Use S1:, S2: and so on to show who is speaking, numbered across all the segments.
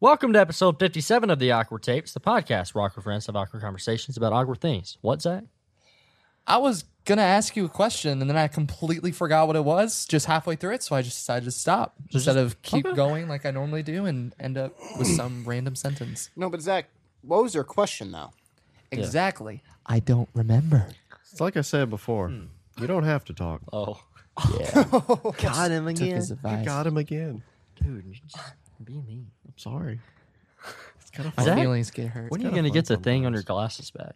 S1: Welcome to episode 57 of the Awkward Tapes, the podcast where awkward friends have awkward conversations about awkward things. What, Zach?
S2: I was gonna ask you a question, and then I completely forgot what it was just halfway through it, so I just decided to stop instead of keep going like I normally do and end up with some random sentence.
S3: No, but Zach, what was your question though?
S2: Exactly. I don't remember.
S4: It's like I said before. You don't have to talk.
S1: Oh,
S5: Got him
S2: Took
S5: again.
S2: his
S4: I
S2: advice.
S4: got him again.
S1: dude, you're just being mean.
S4: I'm sorry. It's kind of
S2: My
S1: Zach,
S2: feelings get hurt.
S1: When are you
S4: kinda
S1: going to
S4: fun
S1: get the thing on
S4: sometimes.
S1: your glasses back?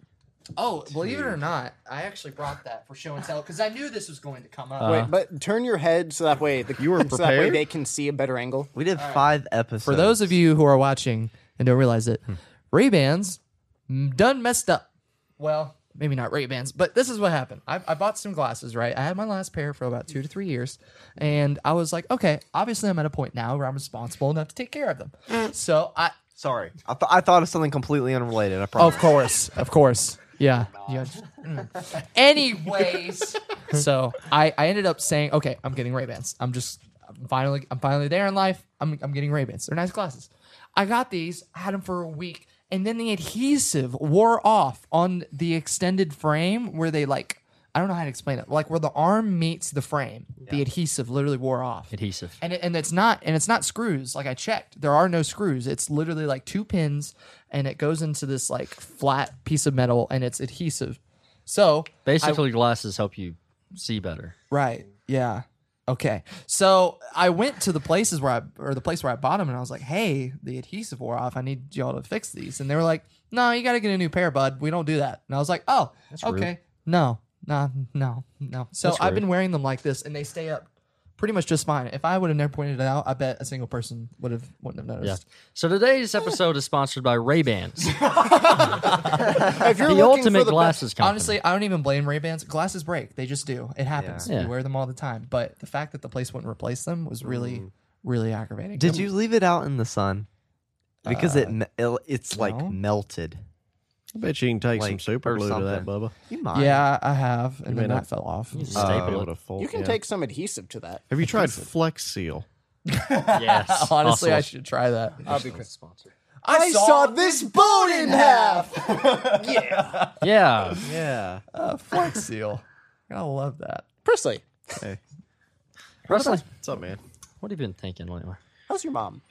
S2: Oh, believe it or not, I actually brought that for show and tell because I knew this was going to come up.
S1: Uh,
S3: Wait, but turn your head so that way the,
S4: You were
S3: so that way
S4: prepared?
S3: they can see a better angle.
S5: We did five episodes.
S2: for those of you who are watching and don't realize it, Ray Bans done messed up. Well, maybe not Ray Bans, but this is what happened. I, I bought some glasses, right? I had my last pair for about two to three years, and I was like, okay, obviously I'm at a point now where I'm responsible enough to take care of them. so I,
S5: sorry, I, th- I thought of something completely unrelated. I promise.
S2: of course, of course, yeah. You guys- mm. Anyways, so I, I ended up saying, okay, I'm getting Ray Bans. I'm just I'm finally I'm finally there in life. I'm I'm getting Ray Bans. They're nice glasses. I got these. I had them for a week, and then the adhesive wore off on the extended frame where they like I don't know how to explain it. Like where the arm meets the frame, the adhesive literally wore off
S1: Adhesive.
S2: and it, and it's not and it's not screws like i checked there are no screws it's literally like two pins and it goes into this like flat piece of metal and it's adhesive so
S1: Basically, glasses help you see better.
S2: right yeah okay so i went to the places where i or the place where i bought them and i was like hey the adhesive wore off i need y'all to fix these and they were like no you gotta get a new pair bud we don't do that and i was like oh
S1: rude.
S2: okay no no no no so
S1: That's
S2: i've
S1: rude.
S2: been wearing them like this and they stay up pretty much just fine if i would have never pointed it out i bet a single person would have wouldn't have
S1: Yeah.
S2: noticed
S1: So today's episode is sponsored by Ray-Bans,
S3: If you're
S1: the
S3: looking
S1: ultimate
S3: for the
S1: glasses company.
S2: Honestly, I don't even blame Ray Bans. Glasses break; they just do. It happens.
S1: Yeah. Yeah.
S2: You wear them all the time. But the fact that the place wouldn't replace them was really,
S1: Mm.
S2: really aggravating.
S5: Did you leave it out in the sun? Because it, me- it it's like
S2: Uh, no.
S5: melted.
S4: I bet you can take some
S5: Like,
S4: super
S5: or
S4: glue to that,
S5: something.
S4: Bubba.
S5: You might.
S2: Yeah, I have, and
S4: may
S2: then that
S4: not-
S2: fell off.
S1: Uh, You just
S4: Might be
S1: staple
S4: able
S1: it.
S4: to fold-
S3: you can
S4: yeah.
S3: take some adhesive to that.
S4: Have you tried Flex Seal?
S1: yes.
S2: Honestly, I
S1: Hustle.
S2: should try that.
S3: I'll be cr-
S2: I,
S3: this bone in half.
S1: Yeah.
S5: Yeah.
S2: uh, Flex Seal. I love that.
S3: Presley,
S4: Hey,
S1: Russell,
S4: what's up, man?
S1: what have you been thinking lately?
S3: how's your mom?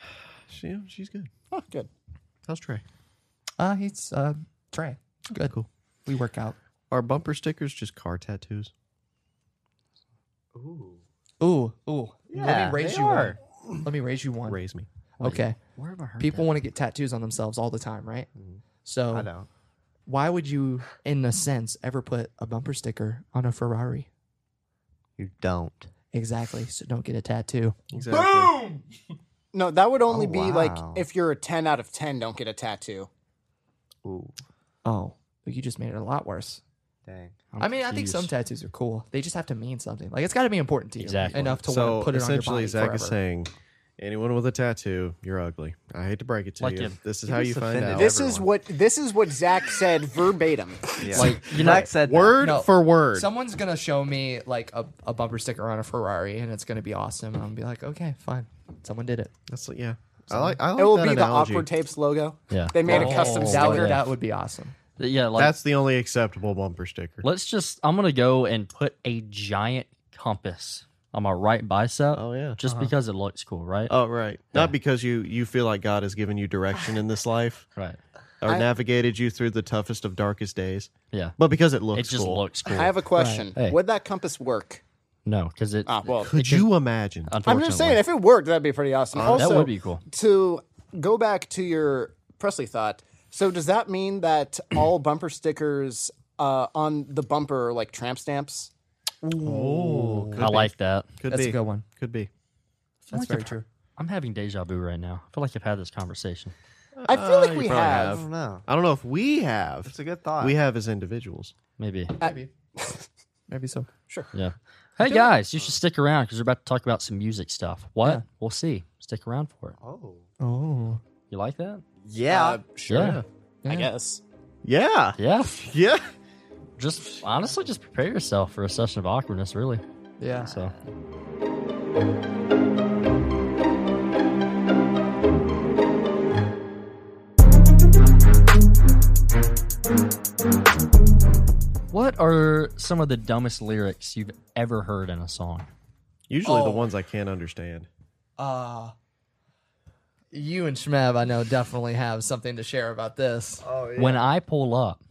S4: She, she's good.
S3: Oh, good.
S4: How's Trey?
S2: Uh, he's uh, Trey. Good. Cool. We work out.
S4: Are bumper stickers just car tattoos?
S2: Ooh, ooh. Let
S5: Yeah,
S2: me raise
S5: they
S2: you
S5: are.
S2: one. Let me raise you one.
S4: Raise me.
S2: Okay.
S1: Where have I heard
S2: People want to get tattoos on themselves all the time, right? So
S5: Mm-hmm. I don't.
S2: why would you, in a sense, ever put a bumper sticker on a Ferrari?
S5: You don't.
S2: Exactly. So don't get a tattoo.
S4: Exactly.
S3: No, that would only
S5: Oh,
S3: be like
S5: wow.
S3: if you're a ten out of ten, don't get a tattoo.
S5: Ooh,
S2: Oh, but you just made it a lot worse.
S5: dang.
S2: I mean, I think some tattoos are cool. They just have to mean something. Like it's got to be important to you
S1: Exactly.
S2: enough to want
S4: So
S2: to put it on your
S4: essentially,
S2: body
S4: Zach
S2: forever.
S4: is saying, anyone with a tattoo, you're ugly. I hate to break it to
S1: Like
S4: you.
S1: him.
S4: This is
S5: He
S4: how
S5: was
S4: you find
S5: offended.
S4: out.
S3: This is
S5: everyone.
S3: what this is what Zach said verbatim.
S5: Yeah.
S1: Like, you know-
S5: Zach said that.
S4: word
S2: No.
S4: for word.
S2: Someone's gonna show me like a, a bumper sticker on a Ferrari, and it's gonna be awesome. And I'm gonna be like, okay, fine. Someone did it.
S4: That's like, yeah. I like. I like
S3: It will
S4: that
S3: be the
S4: analogy.
S3: awkward tapes logo.
S1: Yeah.
S3: They made a custom
S2: Oh, that
S3: sticker.
S2: Would, that would be awesome.
S1: Yeah, like
S4: That's the only acceptable bumper sticker.
S1: Let's just. I'm gonna go and put a giant compass on my right bicep.
S4: Oh, yeah.
S1: just because it looks cool, right?
S4: Oh right. Not because you you feel like God has given you direction in this life
S1: right.
S4: or
S3: I-
S4: navigated you through the toughest of darkest days,
S1: Yeah.
S4: but because it looks
S1: it just
S4: cool.
S1: looks cool.
S3: I have a question.
S1: Hey.
S3: Would that compass work?
S1: no, because it.
S3: Ah, well,
S4: Could you imagine?
S3: I'm
S1: unfortunately,
S3: just saying, if it worked, that'd be pretty awesome. also,
S1: that would be cool.
S3: To go back to your Presley thought, so does that mean that all bumper stickers uh, on the bumper are like tramp stamps?
S4: oh, could
S1: I
S4: be.
S1: like that.
S4: Could
S2: That's
S4: be.
S2: a good one.
S4: Could be.
S2: That's very true.
S1: I'm having deja vu right now. I feel like I've had this conversation.
S3: I
S1: Uh,
S3: feel like
S4: you
S3: we
S4: probably
S3: have.
S5: I don't know.
S4: I don't know if we have.
S5: It's a good thought.
S4: We have as individuals.
S1: Maybe.
S2: Maybe. Maybe so.
S3: Sure.
S1: Yeah. Hey guys, you should stick around because we're about to talk about some music stuff. What? We'll see. Stick around for it.
S5: oh.
S2: Oh.
S1: You like that?
S5: Yeah.
S3: Uh, sure.
S1: Yeah.
S3: I guess.
S4: Yeah.
S1: Yeah.
S4: Yeah.
S1: Just honestly, just prepare yourself for a session of awkwardness, really.
S2: Yeah.
S1: So. are some of the dumbest lyrics you've ever heard in a song?
S4: Usually
S2: Oh.
S4: the ones I can't understand.
S2: Uh, you and Shmev, I know, definitely have something to share about this.
S3: Oh,
S1: When I pull up,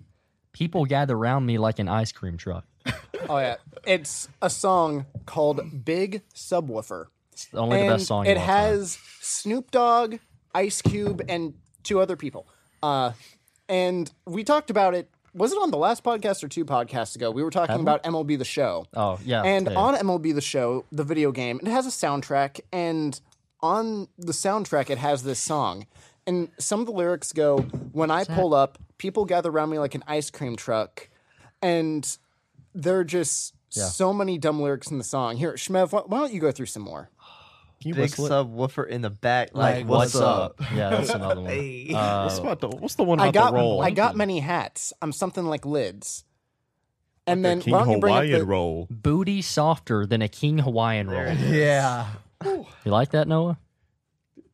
S1: people gather around me like an ice cream truck.
S3: Oh yeah, it's a song called "Big Subwoofer."
S1: It's the- only the
S3: And
S1: best song.
S3: It
S1: of all time.
S3: has Snoop Dogg, Ice Cube, and two other people. Uh, and we talked about it. Was it on the last podcast or two podcasts ago? We were talking about MLB the Show.
S1: Oh yeah,
S3: and
S1: yeah.
S3: on MLB the Show, the video game, it has a soundtrack, and on the soundtrack, it has this song. And some of the lyrics go, "When I pull up, people gather around me like an ice cream truck," and there are just so many dumb lyrics in the song. Here, Shmev, why, why don't you go through some more?
S4: Can you
S5: Big
S4: whistle it?
S5: subwoofer in the back. Like,
S2: Like,
S5: what's, up?
S1: Yeah, that's another one.
S5: Hey.
S1: Uh,
S4: What's, about the, what's the one about
S3: I got
S4: the roll?
S3: I got many hats. I'm something like lids. And then
S4: King
S3: why don't you bring up
S4: Hawaiian
S3: the-
S4: roll.
S1: booty softer than a king Hawaiian roll.
S2: Yeah.
S1: You like that, Noah?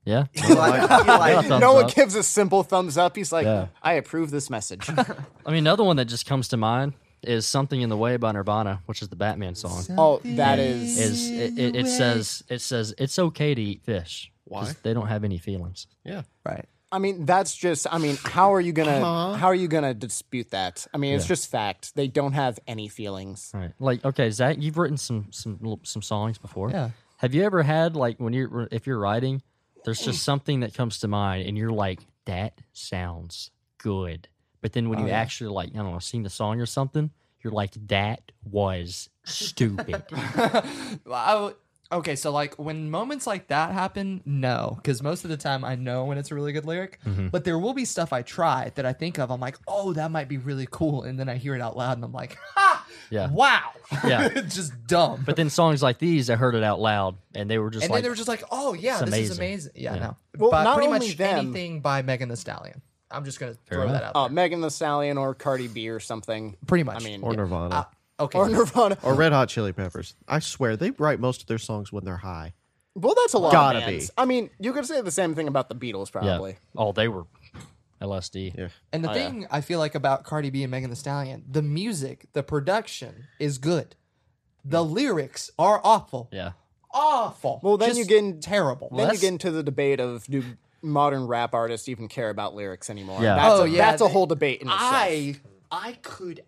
S1: Yeah.
S5: You like- you like-
S1: Thumbs
S3: Noah
S1: up.
S3: gives a simple thumbs up. He's like,
S1: Yeah.
S3: I approve this message.
S1: I mean, another one that just comes to mind is "Something in the Way" by Nirvana, which is the Batman song.
S3: oh, that is,
S1: Is it, it, it says it says it's okay to eat fish. 'cause
S4: Why?
S1: They don't have any feelings.
S4: Yeah.
S2: Right.
S3: I mean, that's just I mean, how are you gonna how are you gonna dispute that? I mean, it's just fact. They don't have any feelings.
S1: All right. Like, okay, Zach, you've written some some l- some songs before.
S2: Yeah.
S1: Have you ever had like when you're if you're writing, there's just something that comes to mind, and you're like, that sounds good, but then
S2: Oh,
S1: when you actually like, I don't know, sing the song or something, you're like, that was stupid.
S2: Well, I w- okay, so like when moments like that happen, no, because most of the time I know when it's a really good lyric.
S1: Mm-hmm.
S2: But there will be stuff I try that I think of. I'm like, oh, that might be really cool, and then I hear it out loud, and I'm like, ha,
S1: Yeah.
S2: wow,
S1: Yeah.
S2: It's just dumb.
S1: but then songs like these, I heard it out loud, and they were just
S2: and
S1: like,
S2: then they were just like, oh yeah,
S1: It's
S2: this
S1: amazing.
S2: is amazing. Yeah,
S1: Yeah.
S2: no,
S3: Well,
S2: but
S3: not
S2: pretty
S3: only
S2: much
S3: them-
S2: anything by Megan The Stallion. I'm just gonna throw
S1: enough.
S2: that out.
S3: Oh,
S2: there.
S3: Megan the Stallion or Cardi B or something.
S2: Pretty much. Uh,
S3: I mean,
S4: Or Nirvana.
S3: Uh,
S2: okay.
S3: or Nirvana.
S4: or Red Hot Chili Peppers. I swear they write most of their songs when they're high.
S3: Well, that's a lot.
S4: Gotta
S3: of
S4: be.
S3: bands. I mean, you could say the same thing about the Beatles, probably.
S1: yeah. Oh, they were LSD.
S4: Yeah.
S2: And the thing I feel like about Cardi B and Megan The Stallion, the music, the production is good. The lyrics are awful.
S1: Yeah.
S2: Awful.
S3: Well, then
S2: Just
S3: you can-
S2: terrible.
S3: Then
S1: that's-
S3: you get into the debate of do modern rap artists even care about lyrics anymore?
S1: Yeah.
S3: That's
S2: Oh,
S3: a,
S2: yeah,
S3: That's a
S2: they-
S3: whole debate in itself.
S2: I I could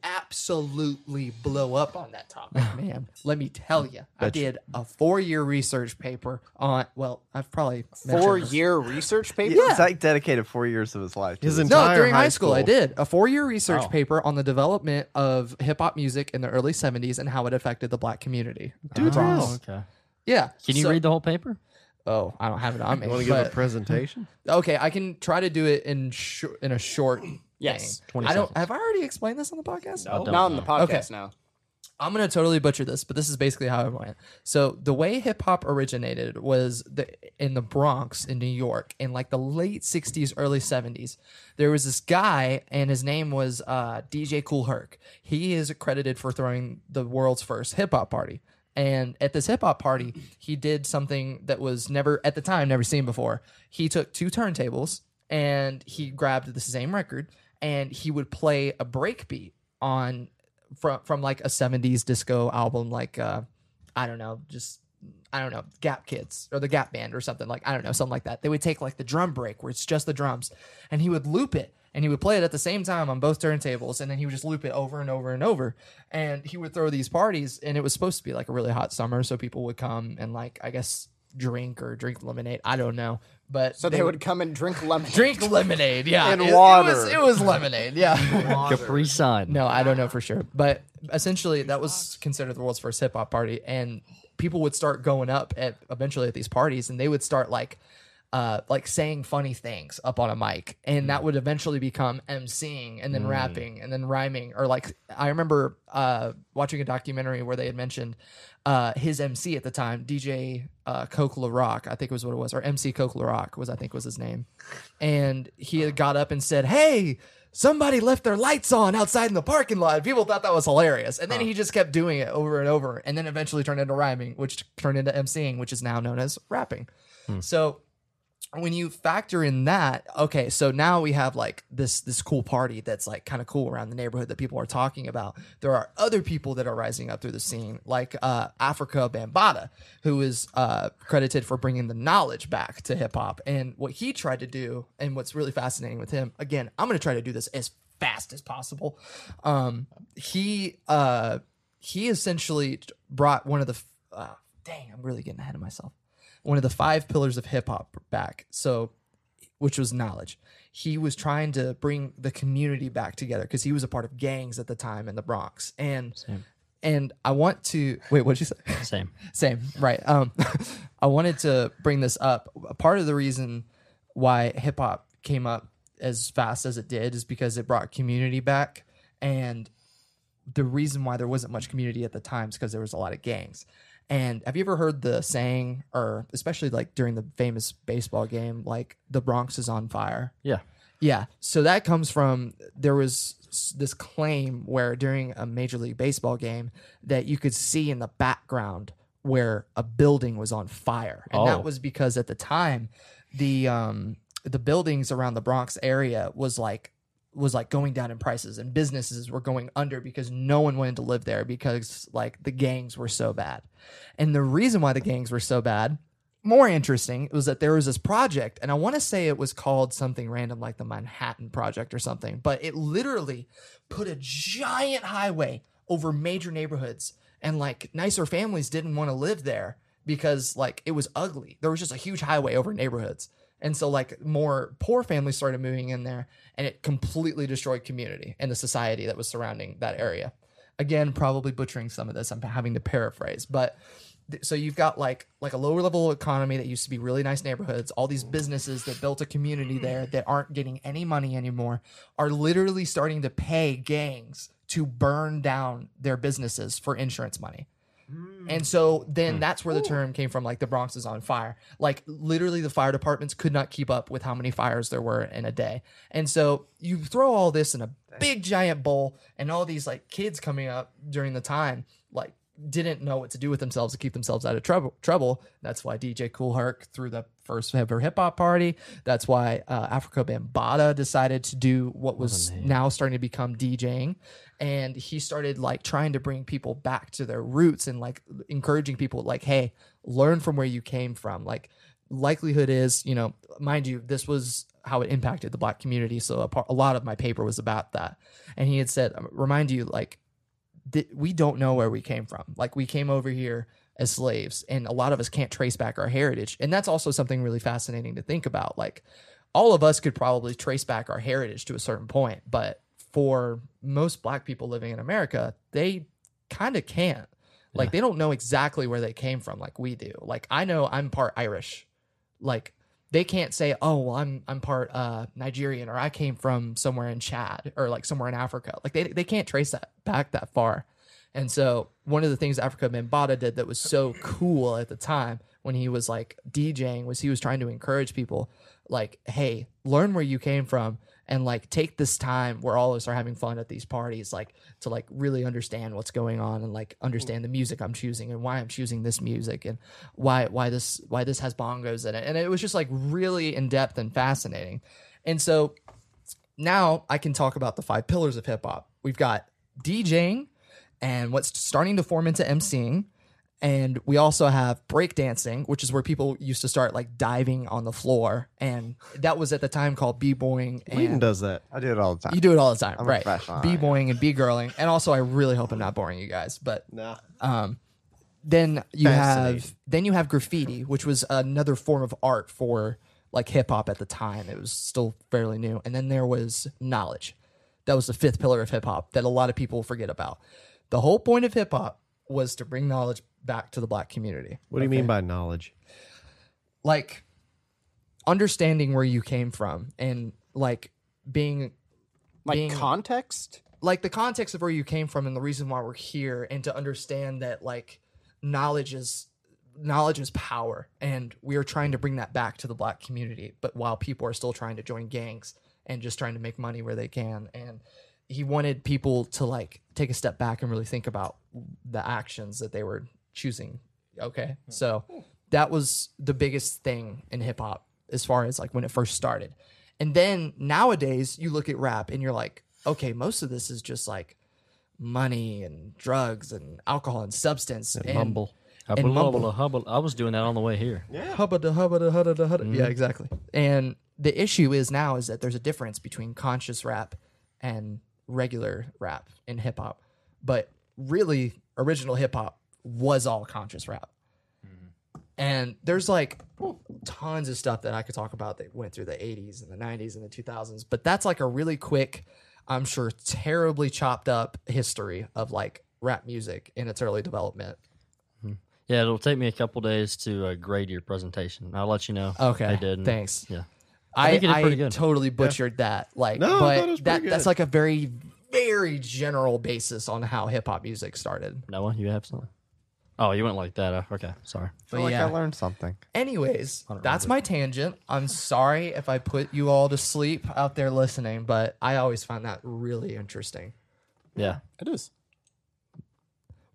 S2: absolutely blow up on that topic, man. Let me tell you, I did a four-year research paper on. Well, I've probably mentioned
S3: Four
S2: this.
S3: year research paper?
S5: Yeah. Zach dedicated four years of his life. to
S4: His
S5: this.
S2: No,
S4: entire
S2: during
S4: high
S2: high school, I
S4: school.
S2: did a four-year research paper on the development of hip hop music in the early '70s and how it affected the black community.
S4: Dude,
S1: Oh, okay.
S2: Yeah.
S1: Can you
S2: so-
S1: read the whole paper?
S2: Oh, I don't have it on me.
S4: You want to give a
S2: but-
S4: presentation?
S2: okay, I can try to do it in sh- in a short.
S3: Yes,
S2: thing.
S1: 20
S2: I don't.
S1: seconds.
S2: Have I already explained this on the podcast?
S1: I don't
S3: Not on
S1: know.
S3: the podcast
S2: Okay.
S3: now.
S2: I'm gonna totally butcher this, but this is basically how it went. So the way hip hop originated was the in the Bronx in New York in like the late '60s, early '70s. There was this guy, and his name was uh, DJ Cool Herc. He is credited for throwing the world's first hip hop party. And at this hip hop party, he did something that was never at the time never seen before. He took two turntables and he grabbed the same record and he would play a break beat on from from like a 70s disco album like uh i don't know just i don't know gap kids or the gap band or something like i don't know something like that they would take like the drum break where it's just the drums and he would loop it and he would play it at the same time on both turntables and then he would just loop it over and over and over and he would throw these parties and it was supposed to be like a really hot summer so people would come and like i guess drink or drink lemonade i don't know but
S3: So they would come and drink lemon.
S2: drink lemonade yeah
S3: And
S2: It- it
S3: water.
S2: was- it was lemonade yeah
S1: Capri Sun.
S2: no, I don't know for sure. But essentially, that was considered the world's first hip hop party, and people would start going up at eventually at these parties, and they would start like. Uh, like saying funny things up on a mic, and that would eventually become emceeing, and then rapping, and then rhyming. Or like, I remember uh, watching a documentary where they had mentioned uh, his MC at the time, DJ uh, Coke LaRock, I think was what it was, or MC Coke LaRock was I think was his name, and he had got up and said, "Hey, somebody left their lights on outside in the parking lot. And people thought that was hilarious. And then he just kept doing it over and over and then eventually turned into rhyming, which turned into emceeing, which is now known as rapping. So when you factor in that, okay, so now we have like this this cool party that's like kind of cool around the neighborhood that people are talking about. There are other people that are rising up through the scene, like uh, Africa Bambata, who is uh, credited for bringing the knowledge back to hip hop. And what he tried to do, and what's really fascinating with him, again, I'm going to try to do this as fast as possible. Um, he uh, he essentially brought one of the f- uh, dang, I'm really getting ahead of myself one of the five pillars of hip hop back. So, which was knowledge. He was trying to bring the community back together because he was a part of gangs at the time in the Bronx. And
S1: Same.
S2: and I want to wait. What did you say?
S1: Same.
S2: Same, right? Um, I wanted to bring this up. Part of the reason why hip hop came up as fast as it did is because it brought community back, and the reason why there wasn't much community at the time is because there was a lot of gangs. And have you ever heard the saying, or especially like during the famous baseball game, like the Bronx is on fire?
S1: Yeah.
S2: Yeah. So that comes from there was s- this claim where during a major league baseball game that you could see in the background where a building was on fire, and
S1: Oh.
S2: that was because at the time the um the buildings around the Bronx area was like was like going down in prices and businesses were going under because no one wanted to live there because like the gangs were so bad. And the reason why the gangs were so bad more interesting was that there was this project, and I want to say it was called something random like the Manhattan Project or something, but it literally put a giant highway over major neighborhoods, and like nicer families didn't want to live there because like it was ugly. There was just a huge highway over neighborhoods. And so, like, more poor families started moving in there, and it completely destroyed community and the society that was surrounding that area. Again, probably butchering some of this. I'm having to paraphrase, but th- so you've got like like a lower level economy that used to be really nice neighborhoods all these businesses that built a community there that aren't getting any money anymore are literally starting to pay gangs to burn down their businesses for insurance money and so then that's where the term came from like the Bronx is on fire. Like literally the fire departments could not keep up with how many fires there were in a day. And so you throw all this in a big giant bowl and all these like kids coming up during the time like didn't know what to do with themselves to keep themselves out of trouble trouble. That's why DJ Cool Herc threw the first ever hip hop party. That's why uh, Africa Bambata decided to do what was now starting to become DJing and he started like trying to bring people back to their roots and like encouraging people like hey learn from where you came from like likelihood is you know mind you this was how it impacted the black community so a, par- a lot of my paper was about that and he had said remind you like th- we don't know where we came from. Like we came over here as slaves, and a lot of us can't trace back our heritage. And that's also something really fascinating to think about. Like all of us could probably trace back our heritage to a certain point, but for most black people living in America, they kind of can't. Like they don't know exactly where they came from like we do. Like I know I'm part Irish. Like they can't say, "Oh, well, I'm I'm part uh, Nigerian, or I came from somewhere in Chad, or like somewhere in Africa." Like they they can't trace that back that far. And so one of the things Africa Mambata did that was so cool at the time when he was like DJing was he was trying to encourage people like, hey, learn where you came from and like take this time where all of us are having fun at these parties, like to like really understand what's going on and like understand the music I'm choosing and why I'm choosing this music and why why this why this has bongos in it. And it was just like really in depth and fascinating. And so now I can talk about the five pillars of hip hop. We've got DJing and what's starting to form into MCing. And we also have breakdancing, which is where people used to start like diving on the floor. And that was at the time called b-boying.
S4: Whedon
S2: And
S4: does that.
S5: I do it all the time.
S2: you do it all the time,
S5: I'm a
S2: right?
S5: professional.
S2: B-boying and b-girling. And also, I really hope I'm not boring you guys, but
S4: Nah.
S2: then you
S4: Fascinating.
S2: have then you have graffiti, which was another form of art for like hip hop at the time. It was still fairly new. And then there was knowledge. That was the fifth pillar of hip hop that a lot of people forget about. The whole point of hip hop was to bring knowledge back to the black community.
S4: What do you mean by knowledge?
S2: Like understanding where you came from and like being
S3: Like
S2: Being-
S3: context?
S2: like the context of where you came from and the reason why we're here and to understand that like knowledge is knowledge is power and we are trying to bring that back to the black community but while people are still trying to join gangs and just trying to make money where they can and he wanted people to like take a step back and really think about the actions that they were choosing okay so that was the biggest thing in hip hop as far as like when it first started. And then nowadays you look at rap and you're like, okay, most of this is just like money and drugs and alcohol and substance and,
S1: Mumble.
S2: and mumble.
S1: Hubble, hubble. I was doing that on the way here.
S2: hubba da hubba da hudda da hudda. Yeah, exactly. And the issue is now is that there's a difference between conscious rap and regular rap in hip hop. But really, original hip hop was all conscious rap. And there's like tons of stuff that I could talk about that went through the 80s and the 90s and the 2000s, but that's like a really quick, I'm sure, terribly chopped up history of like rap music in its early development.
S1: Yeah, it'll take me a couple days to uh, grade your presentation. I'll let you know.
S2: Okay,
S1: I did. and-
S2: thanks.
S1: Yeah.
S2: I,
S1: think you did
S2: I
S1: pretty good.
S2: totally butchered that. Like,
S4: No, I thought it was
S2: but
S4: pretty
S2: that that's
S4: good.
S2: like a very very general basis on how hip hop music started.
S1: Noah, you have something? Oh, you went like that. Uh, okay, sorry.
S5: I feel like
S2: yeah.
S5: I learned something.
S2: Anyways, that's my tangent. I'm sorry if I put you all to sleep out there listening, but I always find that really interesting.
S1: Yeah.
S3: It is.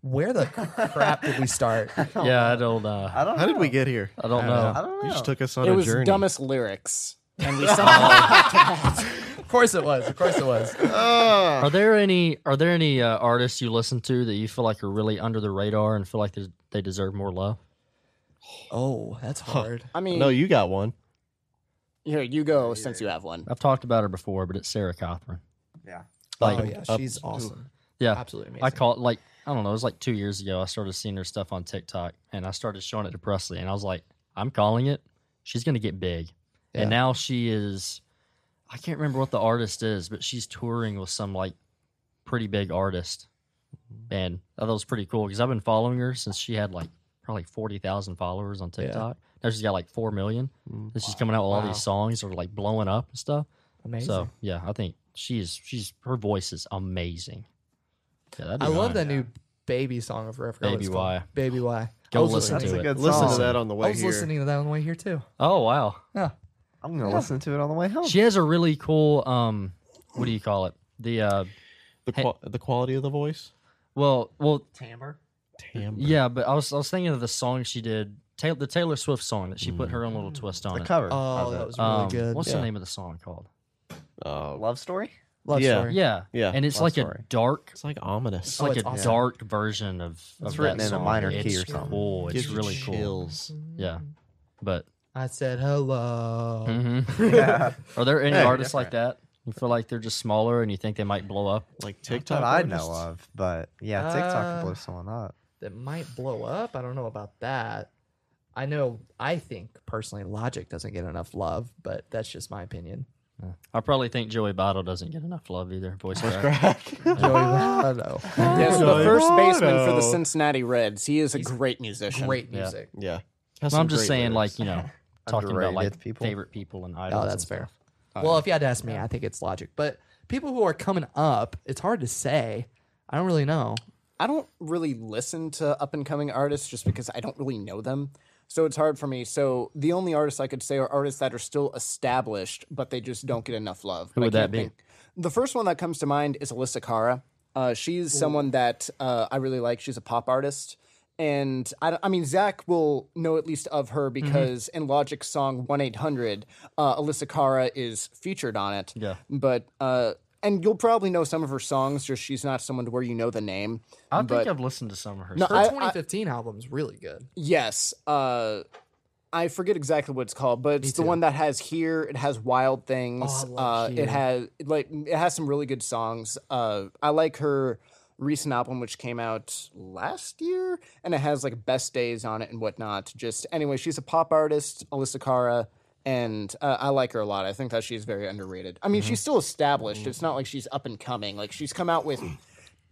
S2: Where the crap did we start?
S1: Yeah, I don't. Uh, I don't.
S4: How did we get here?
S1: I don't know.
S5: I don't
S4: You
S5: know.
S4: just took us on
S3: It
S4: a
S3: was
S4: journey.
S3: dumbest lyrics. And we somehow
S2: Of course it was. Of course it was.
S1: Are there any Are there any uh, artists you listen to that you feel like are really under the radar and feel like there's- they deserve more love?
S2: Oh, that's hard.
S3: I mean
S4: No, you got one.
S3: here, you go since you have one.
S1: I've talked about her before, but it's Sarah Cothran.
S5: Yeah.
S1: Like,
S2: oh yeah,
S1: up-
S2: she's awesome.
S1: yeah.
S2: Absolutely amazing.
S1: I caught like I don't know. It was like two years ago. I started seeing her stuff on TikTok, and I started showing it to Presley, and I was like, "I'm calling it. She's gonna get big."
S2: Yeah.
S1: And now she is. I can't remember what the artist is, but she's touring with some like pretty big artist, and I thought it was pretty cool because I've been following her since she had like probably forty thousand followers on TikTok. Now she's got like four million. And she's coming out with all
S2: Mm. Wow.
S1: these songs that are like blowing up and stuff.
S2: amazing.
S1: So yeah, I think she's she's her voice is amazing. Yeah, that'd be
S2: I
S1: mine.
S2: love that new baby song of Forever.
S1: Baby Y.
S2: Baby Y.
S1: Go
S2: I was
S1: listen to
S2: listening
S5: That's
S1: it.
S5: a good
S4: Listen
S5: song.
S4: to that on the
S2: I
S4: way
S2: was
S4: here.
S2: listening to that on the way here too.
S1: Oh wow,
S2: Yeah.
S5: I'm gonna listen to it on the way home.
S1: Oh. she has a really cool um, what do you call it? The uh,
S4: The, qua- the quality of the voice.
S1: well, well,
S5: Timbre.
S4: Damn.
S1: yeah, but I was I was thinking of the song she did, Ta- the Taylor Swift song that she put her own little twist on
S5: The
S1: it.
S5: cover.
S2: Oh,
S5: of
S2: that
S5: it.
S2: was really
S1: Um,
S2: good.
S1: What's
S4: Yeah.
S1: the name of the song called?
S4: Uh,
S5: love story.
S2: Love
S4: yeah.
S2: story.
S1: Yeah,
S4: Yeah,
S1: and it's
S5: Love
S1: like a
S5: Story.
S1: dark.
S4: it's like ominous.
S1: It's like
S2: it's
S1: a
S2: awesome.
S1: dark version of, of that
S5: written in a
S1: song.
S5: minor key
S1: It's
S5: or something.
S1: Cool. It's
S4: Gives you
S1: really cool.
S4: chills.
S1: Yeah, but
S2: I said hello.
S1: mhm. are there any
S5: Hey,
S1: artists like that? You feel like they're just smaller, and you think they might blow up?
S4: Like
S5: That
S4: TikTok.
S5: I
S4: artists?
S5: know of, but yeah, TikTok
S2: Uh,
S5: can blow someone up.
S2: That might blow up. I don't know about that. I know. I think personally, Logic doesn't get enough love, but that's just my opinion.
S1: I probably think Joey Bottle doesn't get enough love either. Voice crack.
S2: Joey Votto.
S3: Yes, the first baseman for the
S4: Eduardo.
S3: Cincinnati Reds. He is a great musician.
S2: Great
S1: Yeah.
S2: music.
S4: Yeah.
S1: Well, I'm just saying, like you know, talking about like
S5: Underrated people.
S1: favorite people and idols.
S2: Oh,
S1: and
S2: that's fair.
S1: stuff.
S2: Well, if you had to ask me, I think it's Logic. But people who are coming up, it's hard to say. I don't really know.
S3: I don't really listen to up and coming artists just because I don't really know them. So it's hard for me. So the only artists I could say are artists that are still established, but they just don't get enough love. Who
S1: would that be?
S3: The first one that comes to mind is Alyssa Cara. Uh, she's someone that uh, I really like. She's a pop artist. And I, I mean, Zach will know at least of
S1: Mm-hmm.
S3: her because in Logic's song 1 800, uh, Alyssa Cara is featured on it.
S1: Yeah.
S3: But, uh, and you'll probably know some of her songs, just she's not someone to where you know the name.
S1: I think
S3: But-
S1: I've listened to some of her.
S3: No,
S1: stuff.
S2: Her
S3: I- I-
S2: 2015 album's really good.
S3: Yes. Uh, I forget exactly what it's called, but it's the
S2: too.
S3: one that has here. It has wild things.
S2: Oh, I love
S3: uh,
S2: Here.
S3: it has like it has some really good songs. Uh, I like her recent album, which came out last year, and it has like best days on it and whatnot. Just anyway, she's a pop artist, Alyssa Cara, and uh, I like her a lot. I think that she's very underrated. I mean,
S2: Mm-hmm.
S3: she's still established. It's not like she's up and coming. Like she's come out with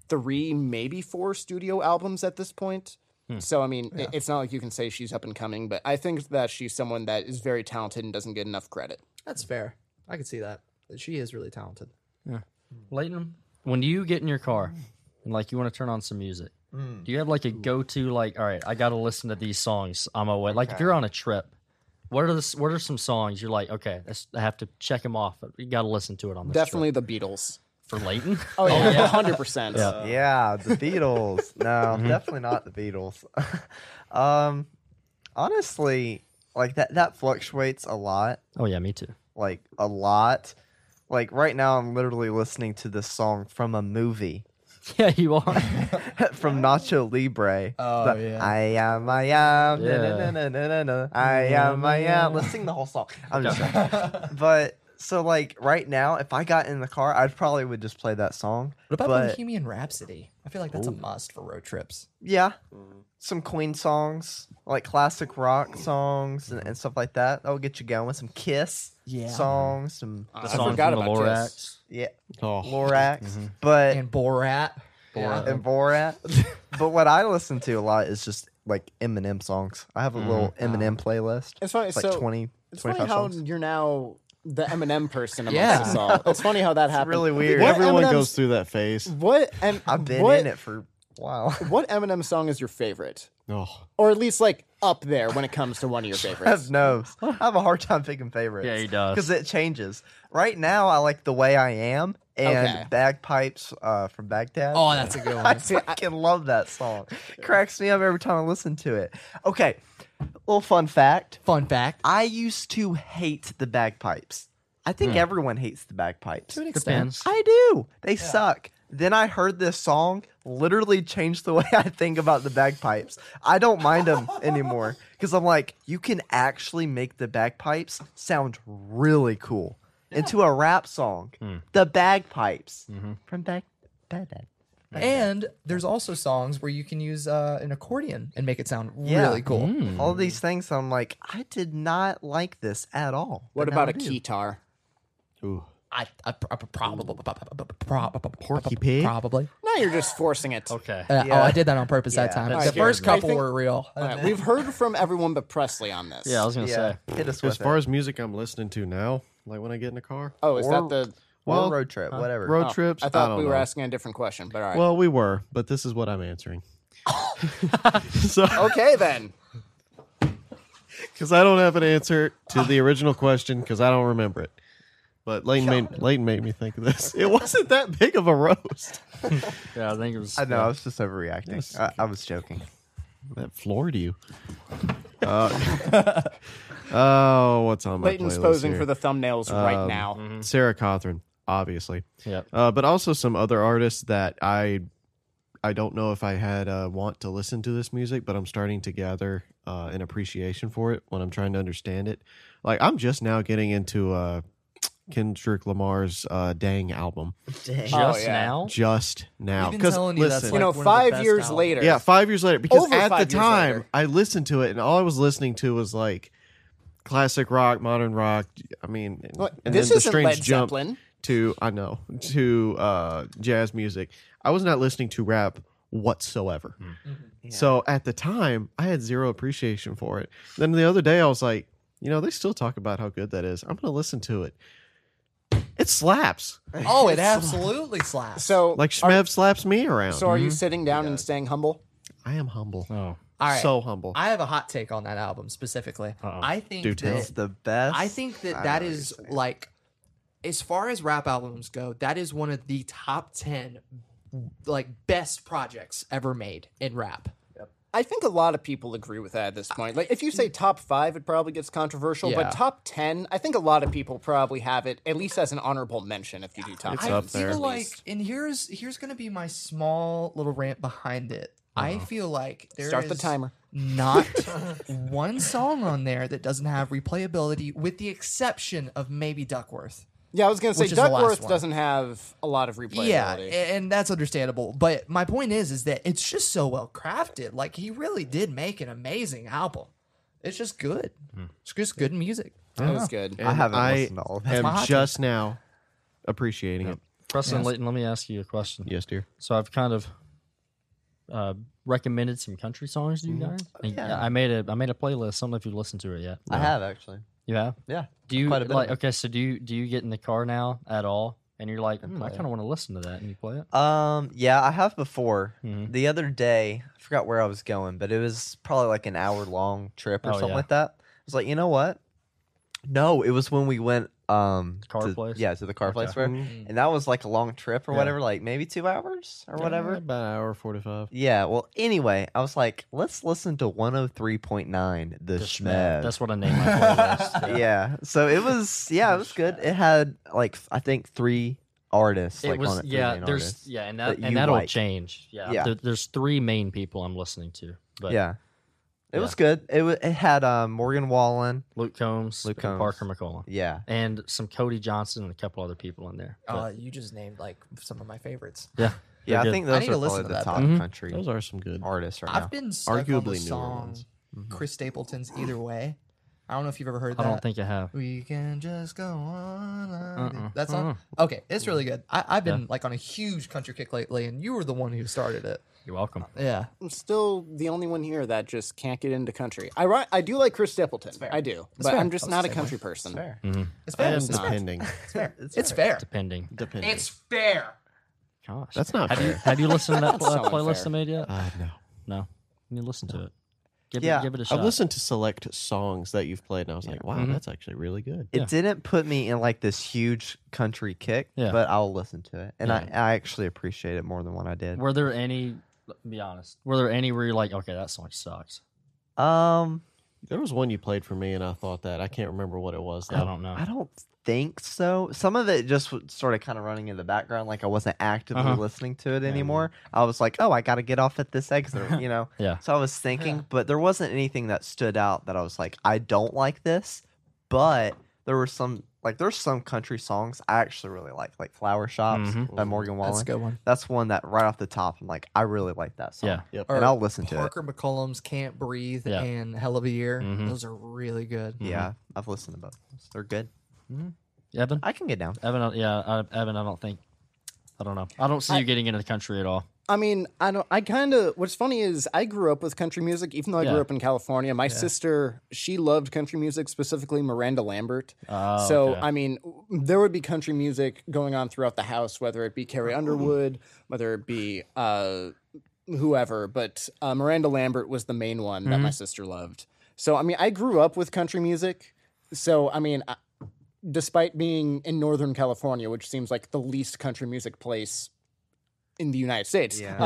S3: three, maybe four studio albums at this point. So I mean, i- it's not like you can say she's up and coming, but I think that she's someone that is very talented and doesn't get enough credit.
S2: That's fair. I can see that. She is really talented.
S1: Layton, when you get in your car and like you want to turn on some music, do you have like a go-to? Like, all right, I got to listen to these songs. I'm away. Like, if you're on a trip, what are the s- what are some songs you're like? Okay, that's, I have to check them off. You got to listen to it on this
S3: Definitely the Beatles.
S1: trip. for Layton.
S3: Oh yeah, hundred percent.
S5: yeah, the Beatles. No, definitely not the Beatles. um, honestly, like that that fluctuates a lot,
S1: Oh yeah, me too.
S5: like a lot. Like right now, I'm literally listening to this song from a movie
S1: Yeah, you are.
S5: from Nacho Libre.
S2: Oh,
S5: The,
S2: yeah.
S5: I am, I am, na, na,
S1: Yeah.
S5: na, na, na, na, I am, I
S2: Mm-hmm.
S5: am. Let's sing the whole song. I'm just joking. but so like right now, if I got in the car, I probably would just play that song.
S2: What about
S5: but
S2: Bohemian Rhapsody? I feel like that's a must for road trips.
S5: yeah,
S3: Mm-hmm.
S5: some Queen songs, like classic rock songs and, and stuff like that. That'll get you going with some Kiss
S2: Yeah.
S5: songs, some
S1: The
S3: I
S1: song
S3: forgot
S1: from the
S3: about
S1: Lorax.
S3: this.
S5: yeah,
S4: Oh,
S5: Lorax,
S3: mm-hmm.
S5: but
S2: And Borat.
S5: and, Borat. but what I listen to a lot is just like Eminem songs. I have a little Eminem playlist.
S3: Mm-hmm. Uh-huh. It's funny.
S5: It's like
S3: so
S5: 20,
S3: it's funny
S5: 25
S3: how
S5: songs.
S3: you're now the Eminem person amongst
S2: Yeah.
S3: us all. It's funny how that happened.
S5: really weird.
S3: What
S4: everyone
S3: Eminem's-
S4: goes through that phase.
S3: What and
S5: I've been
S3: what,
S5: in it for a while.
S3: What Eminem song is your favorite,
S4: Oh,
S3: or at least like up there when it comes to one of your favorites?
S5: Rev knows. I have a hard time picking favorites.
S1: Yeah, he does.
S5: Because it changes. Right now, I like The Way I Am and
S3: Okay.
S5: Bagpipes uh, from Baghdad.
S2: Oh, that's a good
S5: I
S2: one.
S5: fucking love that song. Cracks me up every time I listen to it. Okay, little fun fact.
S2: Fun fact.
S5: I used to hate the bagpipes. I think everyone hates the bagpipes.
S1: Depends.
S5: I do. They suck. Then I heard this song, literally changed the way I think about the bagpipes. I don't mind them anymore because I'm like, you can actually make the bagpipes sound really cool into a rap song. The bagpipes from back. Baghdad.
S2: And there's also songs where you can use uh, an accordion and make it sound
S5: Yeah. Mm.
S2: really cool.
S5: All these things, I'm like, I did not like this at all.
S3: What
S5: But now
S3: about
S5: I
S3: a
S5: do.
S3: keytar?
S4: ooh.
S2: I, I, I probably,
S4: Porky Pig?
S2: Probably.
S3: Now you're just forcing it.
S1: Okay.
S2: Uh,
S5: Yeah.
S2: Oh, I did that on purpose that
S5: Yeah,
S2: time.
S5: that
S2: the
S3: scared
S2: first
S3: me.
S2: couple
S3: I think-
S2: were real.
S3: All right, we've heard from everyone but Presley on this.
S1: Yeah, I was gonna
S5: Yeah,
S1: say.
S5: hit us
S4: As
S5: with
S4: far
S5: it.
S4: as music I'm listening to now, like when I get in the car,
S3: Oh, is that
S5: Or-
S3: the
S5: Or
S4: well,
S5: road trip, whatever.
S4: road
S3: oh,
S4: trips.
S3: I thought
S4: don't
S3: we were
S4: know.
S3: asking a different question, but all right.
S4: Well, we were, but this is what I'm answering. so,
S3: okay then.
S4: because I don't have an answer to the original question because I don't remember it. But Layton made Layton made me think of this. It wasn't that big of a roast.
S1: Yeah, I think it was.
S5: I know, I was just overreacting. I, I was joking.
S4: That floored you. Uh, oh, what's on my
S3: Layton's
S4: playlist
S3: posing
S4: here? Um,
S3: for the thumbnails right now.
S2: Mm-hmm.
S4: Sarah Cawthorn, obviously.
S1: Yep.
S4: Uh, but also some other artists that I I don't know if I had uh, want to listen to this music, but I'm starting to gather uh, an appreciation for it when I'm trying to understand it. Like I'm just now getting into uh, Kendrick Lamar's uh, "Dang" album
S1: Just
S3: Oh, yeah.
S1: now.
S4: just now.
S2: We've been
S4: 'Cause
S2: telling you that's
S4: listen-
S2: like
S3: you know,
S2: one of the
S3: five
S2: best
S3: years
S2: albums.
S3: later.
S4: yeah, five years later. Because
S3: Over
S4: at the
S3: five years
S4: time,
S3: later.
S4: I listened to it, and all I was listening to was like classic rock, modern rock. I mean, and,
S3: Well,
S4: and
S3: this
S4: then the
S3: isn't
S4: strange
S3: Led
S4: jump
S3: Zeppelin.
S4: to I know to uh, jazz music. I was not listening to rap whatsoever.
S1: Hmm.
S5: Mm-hmm.
S4: So at the time, I had zero appreciation for it. Then the other day, I was like, you know, they still talk about how good that is. I'm going to listen to it. It slaps
S2: Oh, it absolutely slaps.
S3: So,
S4: like Mm-hmm. Shmev slaps me around.
S3: so are you sitting down and staying humble?
S4: I am humble,
S1: Oh.
S2: All right.
S4: so humble.
S2: I have a hot take on that album specifically. I think
S4: Do tell.
S5: It's
S2: that,
S5: the best.
S2: I think that
S5: I
S2: that
S5: know what
S2: is like, as far as rap albums go, that is one of the top ten, like best projects ever made in rap.
S3: I think a lot of people agree with that at this point. Like, if you
S4: Mm.
S3: say top five, it probably gets controversial,
S2: Yeah.
S3: but top 10, I think a lot of people probably have it, at least as an honorable mention if you do top
S4: It's
S3: 10.
S2: I
S4: up
S2: feel
S4: there. At
S2: like, and here's here's gonna be my small little rant behind it. I
S4: Uh-huh.
S2: feel like there
S3: Start the
S2: is
S3: timer.
S2: Not one song on there that doesn't have replayability, with the exception of maybe Duckworth.
S3: Yeah, I was going to say
S2: Which is the last
S3: Duckworth
S2: one.
S3: doesn't have a lot of replayability.
S2: Yeah, a- and that's understandable. But my point is, is that it's just so well crafted. Like he really did make an amazing album. It's just good. It's just good music.
S3: that was good.
S5: I
S4: And
S5: haven't listened to all of that.
S2: my hot
S4: am
S2: take.
S4: just now appreciating it.
S1: Preston Layton, let me ask you a question.
S4: Yes, dear.
S1: So I've kind of uh, recommended some country songs to you guys. And I made a I made a playlist. I don't know if you listened to it yet.
S5: I have actually.
S1: You have?
S5: Yeah.
S1: Do you
S5: Quite a bit of
S1: like
S5: it.
S1: okay, so do you do you get in the car now at all and you're like, "Hmm, I kinda wanna listen to that and you play it?
S5: Um. Yeah, I have before. The other day, I forgot where I was going, but it was probably like an hour long trip or
S1: Oh,
S5: something
S1: yeah.
S5: like that. I was like, you know what? No, it was when we went um
S1: car
S5: to-
S1: place?
S5: Yeah, to the car
S1: Okay.
S5: place where,
S4: Mhm.
S5: and that was like a long trip or
S4: Yeah.
S5: whatever, like maybe two hours or whatever.
S4: Eh, about an hour forty five.
S5: Yeah, well, anyway, I was like, let's listen to 103.9 The,
S1: The Schmed.
S5: Schmed.
S1: That's what I named my playlist.
S5: yeah, so it was, yeah, it was good. It had like, I think, three artists.
S1: It
S5: like, on
S1: was
S5: it, three
S1: yeah.
S5: main
S1: There's
S5: artists.
S1: yeah, and that,
S5: that you
S1: and that'll
S5: like.
S1: change. Yeah,
S5: Yeah.
S1: There, there's three main people I'm listening to. But yeah,
S5: yeah. It
S1: yeah.
S5: was good. It, wa- it had um, Morgan Wallen.
S1: Luke Combs,
S5: Luke
S1: and
S5: Combs.
S1: Parker McCollum,
S5: Yeah.
S1: and some Cody Johnson and a couple other people in there. But
S2: Uh, you just named like some of my favorites.
S5: Yeah, I
S1: good.
S5: think
S2: I
S5: those
S2: need
S5: are
S2: to listen
S5: probably
S2: to
S5: the
S2: that,
S5: top
S1: though. Mhm.
S5: country
S4: Those are some good.
S5: artists right now.
S2: I've been stuck on
S4: Arguably
S2: the
S4: newer
S2: song
S4: ones.
S2: Chris Stapleton's "Either Way." I don't know if you've ever heard
S1: I
S2: that.
S1: don't think I have.
S2: we can just go on. loving-
S1: Uh-uh.
S2: That song. Okay, it's really good. I, I've been like on a huge country kick lately, and you were the one who started it.
S1: You're welcome.
S2: Yeah,
S3: I'm still the only one here that just can't get into country. I ri- I do like Chris Stapleton. I do, but
S2: fair.
S3: I'm just
S2: That's
S3: not
S2: the same
S3: a
S2: way.
S3: country person.
S5: fair.
S2: it's fair.
S4: That's
S2: It's fair. It's
S4: depending.
S2: fair.
S1: Pending.
S4: depending.
S2: fair.
S1: Gosh,
S4: That's not
S1: Have you
S4: fair.
S1: have you listened to that pl-
S3: so
S1: playlist
S3: unfair.
S1: I made yet?
S4: I
S1: No,
S4: know.
S1: you listen to it. Give
S5: Yeah,
S1: it give it a shot.
S4: I've listened to select songs that you've played, and I was like, wow,
S1: Mm-hmm.
S4: that's actually really good.
S5: It
S1: Yeah.
S5: didn't put me in like this huge country kick,
S1: Yeah.
S5: but I'll listen to it. And
S1: Yeah.
S5: I, I actually appreciate it more than what I did.
S1: Were there any? Be honest. Were there any where you're like, okay, that song sucks?
S5: Um,
S4: There was one you played for me, and I thought that I can't remember what it was. Though.
S1: I don't know.
S5: I don't think so. Some of it just was sort of kind of running in the background, like I wasn't actively
S1: Uh-huh.
S5: listening to it anymore. I was like, oh, I got to get off at this exit, you know?
S1: Yeah.
S5: So I was thinking, but there wasn't anything that stood out that I was like, I don't like this. But there were some, like, there's some country songs I actually really like, like Flower Shops
S1: Mhm.
S5: by Morgan Wallen.
S2: That's a good one.
S5: That's one that right off the top, I'm like, I really like that song.
S1: Yeah.
S4: Yep.
S5: And I'll listen to
S2: Parker McCollum's "Can't Breathe"
S1: Yeah.
S2: and "Hell of a Year."
S1: Mhm.
S2: Those are really good.
S5: it. Yeah.
S1: Mm-hmm.
S5: I've listened to both. They're good.
S1: Evan.
S5: I can get down.
S1: Evan. I- Yeah, I, Evan. I don't think. I don't know. I don't see you getting into the country at all.
S3: I mean, I don't. I kind of. What's funny is I grew up with country music, even though I
S1: Yeah.
S3: grew up in California. My sister, she loved country music, specifically Miranda Lambert.
S1: Oh,
S3: so
S1: okay.
S3: I mean, w- there would be country music going on throughout the house, whether it be Carrie Underwood, whether it be uh, whoever. But uh, Miranda Lambert was the main one that my sister loved. So I mean, I grew up with country music. So I mean, I, despite being in Northern California, which seems like the least country music place in the United States.
S5: Yeah.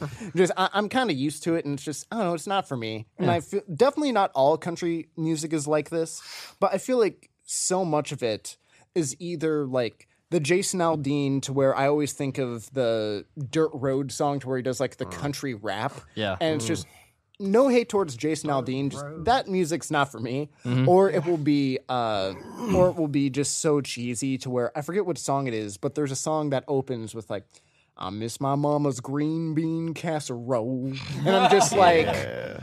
S3: Uh, just I, I'm kind of used to it, and it's just I don't know, it's not for me. And I feel definitely not all country music is like this, but I feel like so much of it is either like the Jason Aldean to where I always think of the Dirt Road song to where he does like the
S5: Mm.
S3: country rap,
S1: Yeah.
S3: and it's just. No hate towards Jason Aldean. Just that music's not for me. Or it will be, uh, or it will be just so cheesy to where I forget what song it is, but there's a song that opens with like I miss my mama's green bean casserole. And I'm just like,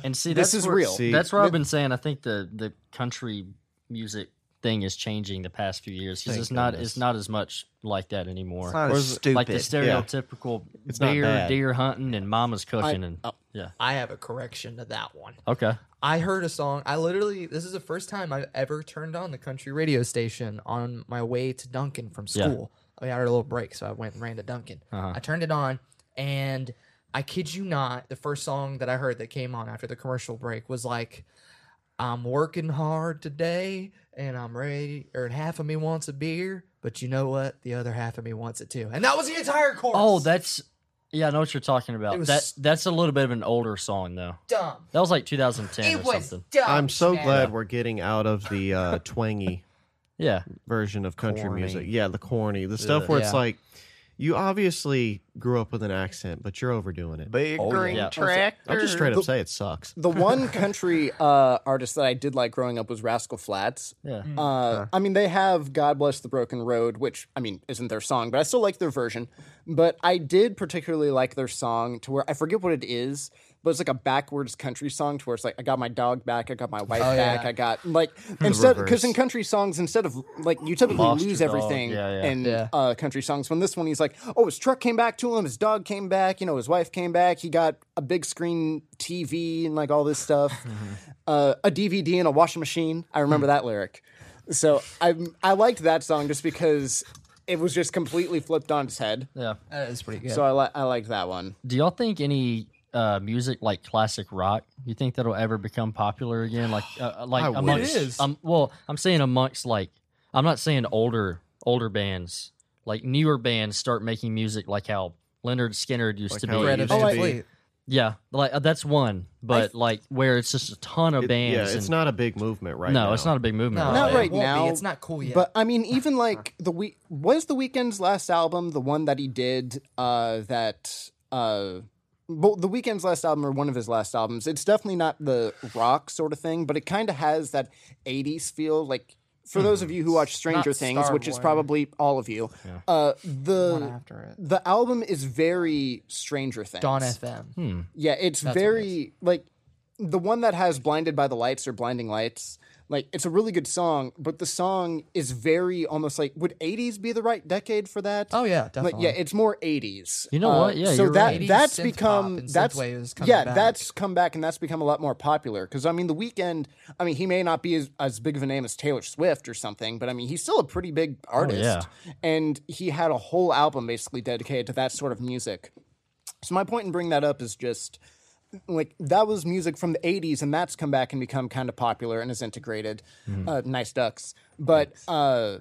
S1: And see,
S3: This
S1: that's
S3: is
S1: where-
S3: real.
S4: See-
S1: that's where I've been saying. I think the the country music thing is changing the past few years because
S4: Thank
S1: it's not
S4: goodness.
S1: it's not as much like that anymore.
S5: It's not as stupid.
S1: like the stereotypical
S4: It's not
S1: bear
S4: bad.
S1: deer hunting and mama's cooking and yeah.
S2: I have a correction to that one.
S1: Okay.
S2: I heard a song. I literally, this is the first time I've ever turned on the country radio station on my way to Duncan from
S1: Yeah. Uh-huh.
S2: school. I mean, I had a little break, so I went and ran to Duncan. I turned it on, and I kid you not, the first song that I heard that came on after the commercial break was like, I'm working hard today, and I'm ready, or half of me wants a beer, but you know what? The other half of me wants it too. And that was the entire chorus.
S1: Oh, that's yeah. I know what you're talking
S2: It
S1: about.
S2: was-
S1: That that's a little bit of an older song though.
S2: dumb.
S1: That was like 2010
S2: It
S1: or
S2: was
S1: something.
S2: dumb.
S4: I'm so
S2: man.
S4: glad we're getting out of the uh, twangy
S1: Yeah.
S4: version of country
S5: Corny.
S4: music. Yeah, the corny, the stuff where
S2: Yeah.
S4: it's like you obviously grew up with an accent, but you're overdoing it.
S5: Big green
S1: Oh, yeah.
S5: tractor.
S4: I'll just straight up say it sucks.
S3: the one country uh, artist that I did like growing up was Rascal Flats.
S1: Yeah.
S3: Uh, I mean, they have God Bless the Broken Road, which, I mean, isn't their song, but I still like their version. But I did particularly like their song to where I forget what it is, but it's like a backwards country song to where it's like, I got my dog back, I got my wife back, I got, like, instead, because in
S4: reverse.
S3: country songs, instead of, like, you typically
S1: Lost
S3: lose
S1: your dog.
S3: everything
S1: Yeah, yeah.
S3: in
S2: Yeah.
S3: uh, country songs. When this one, he's like, oh, his truck came back to him, his dog came back, you know, his wife came back, he got a big screen TV and like all this stuff,
S1: Mm-hmm.
S3: uh, a DVD and a washing machine. I remember
S1: Mm.
S3: that lyric. So I I liked that song just because it was just completely flipped on its head.
S1: Yeah.
S2: That is pretty good.
S3: So I li- I liked that one.
S1: Do y'all think any uh, music like classic rock? You think that'll ever become popular again? Like, uh, like
S4: I
S1: amongst
S4: wish.
S1: um, well, I'm saying amongst like I'm not saying older older bands like newer bands start making music like how Leonard Skinner used
S4: Like
S1: to
S4: how
S1: be.
S4: it
S2: Red
S4: used
S2: of
S4: to
S2: Fleet.
S4: be.
S2: Fleet.
S1: Yeah, like uh, that's one, but like where it's just a ton of
S4: It-
S1: bands.
S4: yeah, it's
S1: and-
S4: not a big movement right
S1: no,
S4: now.
S1: it's not a big movement.
S2: No,
S3: Not
S2: it
S3: right
S2: won't be.
S3: now,
S2: It's not cool yet.
S3: But I mean, even like the week was the weekend's last album, the one that he did uh, that. Uh, well, the weekend's last album or one of his last albums. It's definitely not the rock sort of thing, but it kind of has that '80s feel. Like for those of you who watch Stranger
S2: not
S3: Things,
S2: Star
S3: which is
S2: Wars.
S3: probably all of you, uh,
S2: One
S3: the
S2: after it.
S3: the album is very Stranger Things.
S2: Dawn FM.
S3: Yeah, it's very like the one that has "Blinded by the Lights" or "Blinding Lights." Like, it's a really good song, but the song is very almost like would '80s be the right decade for that?
S2: Oh yeah,
S3: like
S2: definitely.
S3: yeah, it's more '80s.
S1: You know
S3: Uh,
S1: what? Yeah,
S3: so
S1: you're
S3: that
S1: right.
S3: that's
S2: 80s synth
S3: become
S2: pop and
S3: that's
S2: synthwave is coming
S3: yeah,
S2: back.
S3: that's come back and that's become a lot more popular. Because I mean, the weekend. I mean, he may not be as, as big of a name as Taylor Swift or something, but I mean, he's still a pretty big
S2: Oh,
S3: artist, and he had a whole album basically dedicated to that sort of music. So my point in bringing that up is just like that was music from the 80s and that's come back and become kind of popular and is integrated uh, nice ducks but uh,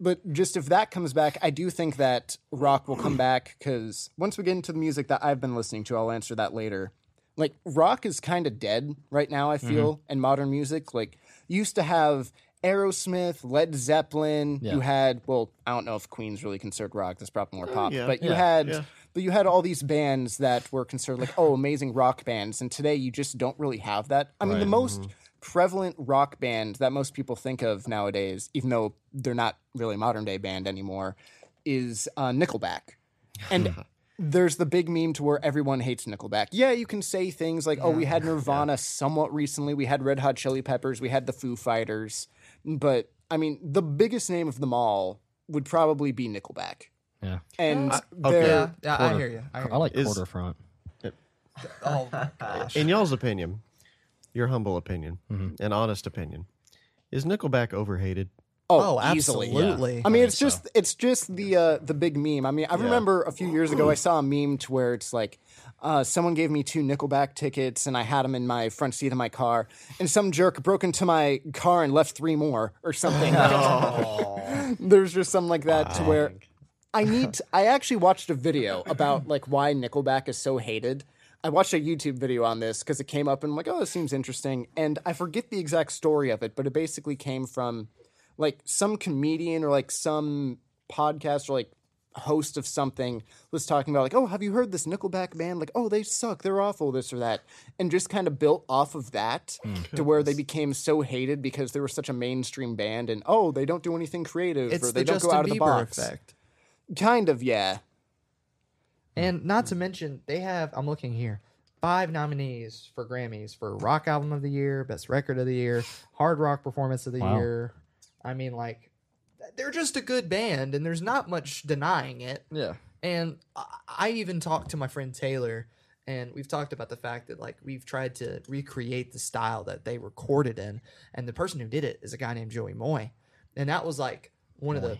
S3: but just if that comes back i do think that rock will come back because once we get into the music that i've been listening to i'll answer that later like rock is kind of dead right now i feel and modern music like used to have aerosmith led zeppelin you had well i don't know if queen's really considered rock that's probably more pop
S4: yeah.
S3: but you
S4: Yeah.
S3: had
S4: Yeah.
S3: but you had all these bands that were considered like oh amazing rock bands and today you just don't really have that i mean the most
S4: Mm-hmm.
S3: prevalent rock band that most people think of nowadays even though they're not really a modern day band anymore is uh, nickelback and there's the big meme to where everyone hates nickelback yeah you can say things like oh we had nirvana somewhat recently we had red hot chili peppers we had the foo fighters but i mean the biggest name of them all would probably be nickelback
S1: Yeah.
S3: and
S4: okay.
S3: they're
S2: yeah, yeah, I
S1: Quarter-
S2: hear you. I, hear
S1: I like
S4: Is-
S1: quarter front.
S2: you. Oh my gosh.
S4: In y'all's opinion, your humble opinion,
S1: Mm-hmm.
S4: and honest opinion, is Nickelback overhated?
S2: Oh,
S3: easily.
S2: absolutely.
S3: I mean, it's just it's just the uh, the big meme. I mean, I remember a few years ago I saw a meme to where it's like, uh, someone gave me two Nickelback tickets and I had them in my front seat of my car, and some jerk broke into my car and left three more or something. There's just something like that to where I need. To, I actually watched a video about like why Nickelback is so hated. I watched a YouTube video on this because it came up and I'm like, oh, this seems interesting. And I forget the exact story of it, but it basically came from like some comedian or like some podcast or like host of something was talking about like, oh, have you heard this Nickelback band? Like, oh, they suck, they're awful, this or that, and just kind of built off of that
S2: Hmm.
S3: to where they became so hated because they were such a mainstream band, and oh, they don't do anything creative
S2: it's
S3: or they
S2: the
S3: don't
S2: Justin
S3: go out of
S2: Bieber
S3: the box.
S2: effect.
S3: Kind of, yeah.
S1: Mm.
S2: And not to mention, they have, I'm looking here, five nominees for Grammys for Rock Album of the Year, Best Record of the Year, Hard Rock Performance of the
S1: Wow.
S2: Year. I mean, like, they're just a good band, and there's not much denying it.
S1: Yeah.
S2: And I, I even talked to my friend Taylor, and we've talked about the fact that, like, we've tried to recreate the style that they recorded in. And the person who did it is a guy named Joey Moy. And that was, like, one of the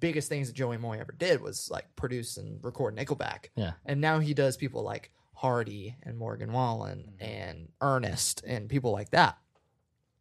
S2: biggest things that Joey Moy ever did was, like, produce and record Nickelback.
S1: Yeah.
S2: And now he does people like Hardy and Morgan Wallen and Ernest and people like that.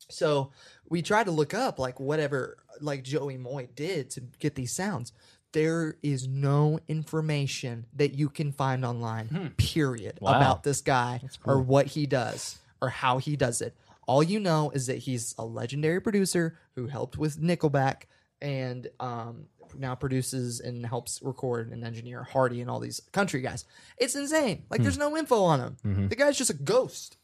S2: So we tried to look up like whatever like Joey Moy did to get these sounds. There is no information that you can find online, period,
S1: Wow.
S2: about this guy or what he does or how he does it. All you know is that he's a legendary producer who helped with Nickelback and um, now produces and helps record and engineer Hardy and all these country guys. It's insane. Like there's no info on him. The guy's just a ghost.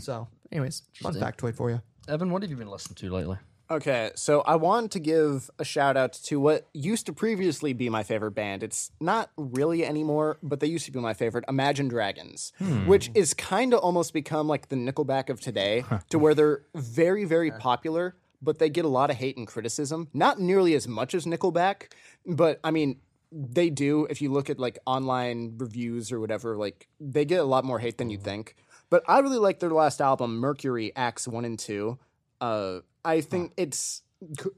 S2: So, anyways, fun factoid for you.
S1: Evan, what have you been listening to lately?
S3: Okay, so I want to give a shout out to what used to previously be my favorite band. It's not really anymore, but they used to be my favorite, Imagine Dragons, which is kind of almost become like the Nickelback of today, to where they're very, very popular, but they get a lot of hate and criticism. Not nearly as much as Nickelback, but I mean, they do. If you look at like online reviews or whatever, like they get a lot more hate than you think. But I really like their last album, Mercury Acts 1 and 2 uh, I think it's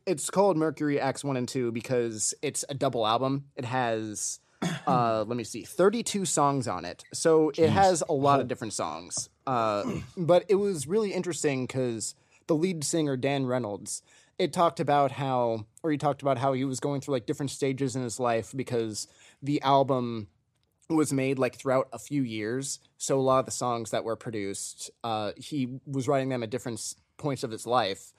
S3: it's called Mercury Acts One and Two because it's a double album. It has, uh, let me see, thirty-two songs on it, so it has a lot of different songs. Uh, but it was really interesting because the lead singer Dan Reynolds it talked about how, or he talked about how he was going through like different stages in his life because the album was made like throughout a few years. So a lot of the songs that were produced, uh, he was writing them at different s- points of his life.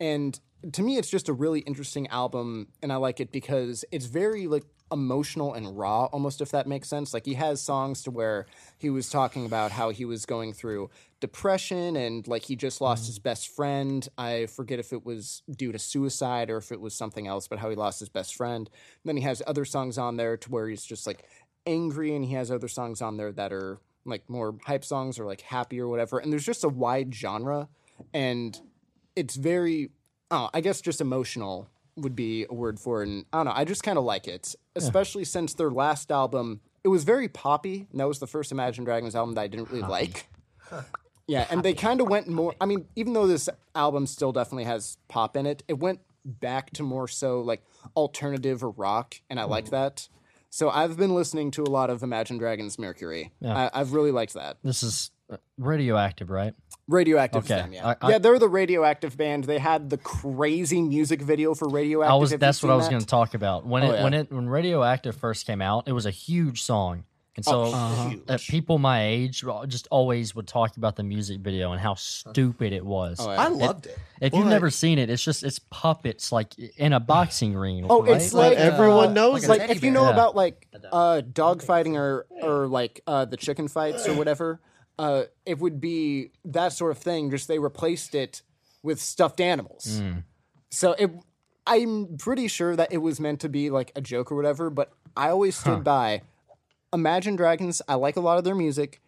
S3: And to me, it's just a really interesting album, and I like it because it's very like emotional and raw, almost if that makes sense. Like he has songs to where he was talking about how he was going through depression and like he just lost his best friend. I forget if it was due to suicide or if it was something else, but how he lost his best friend. And then he has other songs on there to where he's just like angry and he has other songs on there that are like more hype songs or like happy or whatever and there's just a wide genre and it's very oh, i guess just emotional would be a word for it and i don't know i just kind of like it especially since their last album it was very poppy and that was the first imagine dragons album that i didn't really like yeah and they kind of went more i mean even though this album still definitely has pop in it it went back to more so like alternative or rock and i like that so I've been listening to a lot of Imagine Dragons Mercury. I, I've really liked that.
S1: This is uh, radioactive, right?
S3: Radioactive
S1: Okay.
S3: them, yeah.
S1: I- I-
S3: yeah, they're the radioactive band. They had the crazy music video for Radioactive.
S1: I was.
S3: Have you
S1: That's what
S3: seen
S1: I was
S3: that?
S1: going to talk about. When
S3: Oh,
S1: it
S3: yeah.
S1: when it when Radioactive first came out, it was a huge song, and
S3: Oh,
S1: so uh, people my age well, just always would talk about the music video and how stupid it was.
S3: Oh, yeah.
S6: I loved it.
S1: If you've never seen it, it's just it's puppets like in a boxing ring.
S3: Oh,
S1: right? uh,
S3: it's like
S4: But everyone knows
S3: it's
S4: it.
S3: like if you know
S1: Yeah.
S3: about like uh dog fighting or or like uh the chicken fights or whatever, uh it would be that sort of thing. Just they replaced it with stuffed animals.
S1: Mm,
S3: So it, I'm pretty sure that it was meant to be like a joke or whatever. But I always stood by. Imagine Dragons. I like a lot of their music.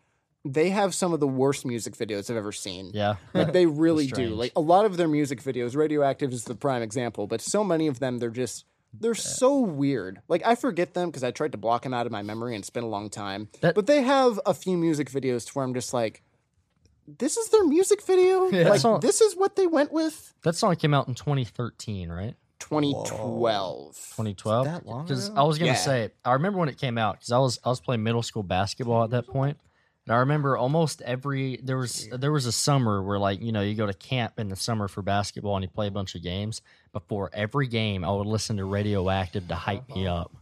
S3: They have some of the worst music videos I've ever seen.
S1: yeah.
S3: Like they really do.
S1: Strange.
S3: Like a lot of their music videos, Radioactive is the prime example, but so many of them, they're just they're so weird. Like I forget them because I tried to block them out of my memory and it's been a long time.
S1: That-
S3: but they have a few music videos to where I'm just like, this is their music video. Like
S1: That's all-
S3: this is what they went with.
S1: That song came out in 2013, right?
S3: 2012.
S1: 2012.
S5: That long
S1: Because
S5: ago?
S1: I was gonna
S3: Yeah.
S1: say, I remember when it came out because I was I was playing middle school basketball at that point, and I remember almost every there was there was a summer where like you know you go to camp in the summer for basketball and you play a bunch of games. Before every game, I would listen to Radioactive to hype me
S5: Uh-huh.
S1: up.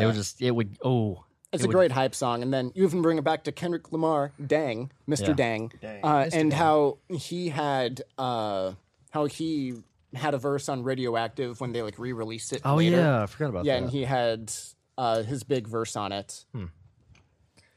S1: it would just it would oh
S3: It's
S1: it
S3: a
S1: would-
S3: great hype song, and then you even bring it back to Kendrick Lamar, Dang, Mr.
S1: Yeah.
S3: Dang, Uh, and how he had uh, how he had a verse on Radioactive when they like re-released it.
S1: oh
S3: later.
S1: yeah Hmm. I forgot about
S3: yeah,
S1: that.
S3: and he had uh, his big verse on it.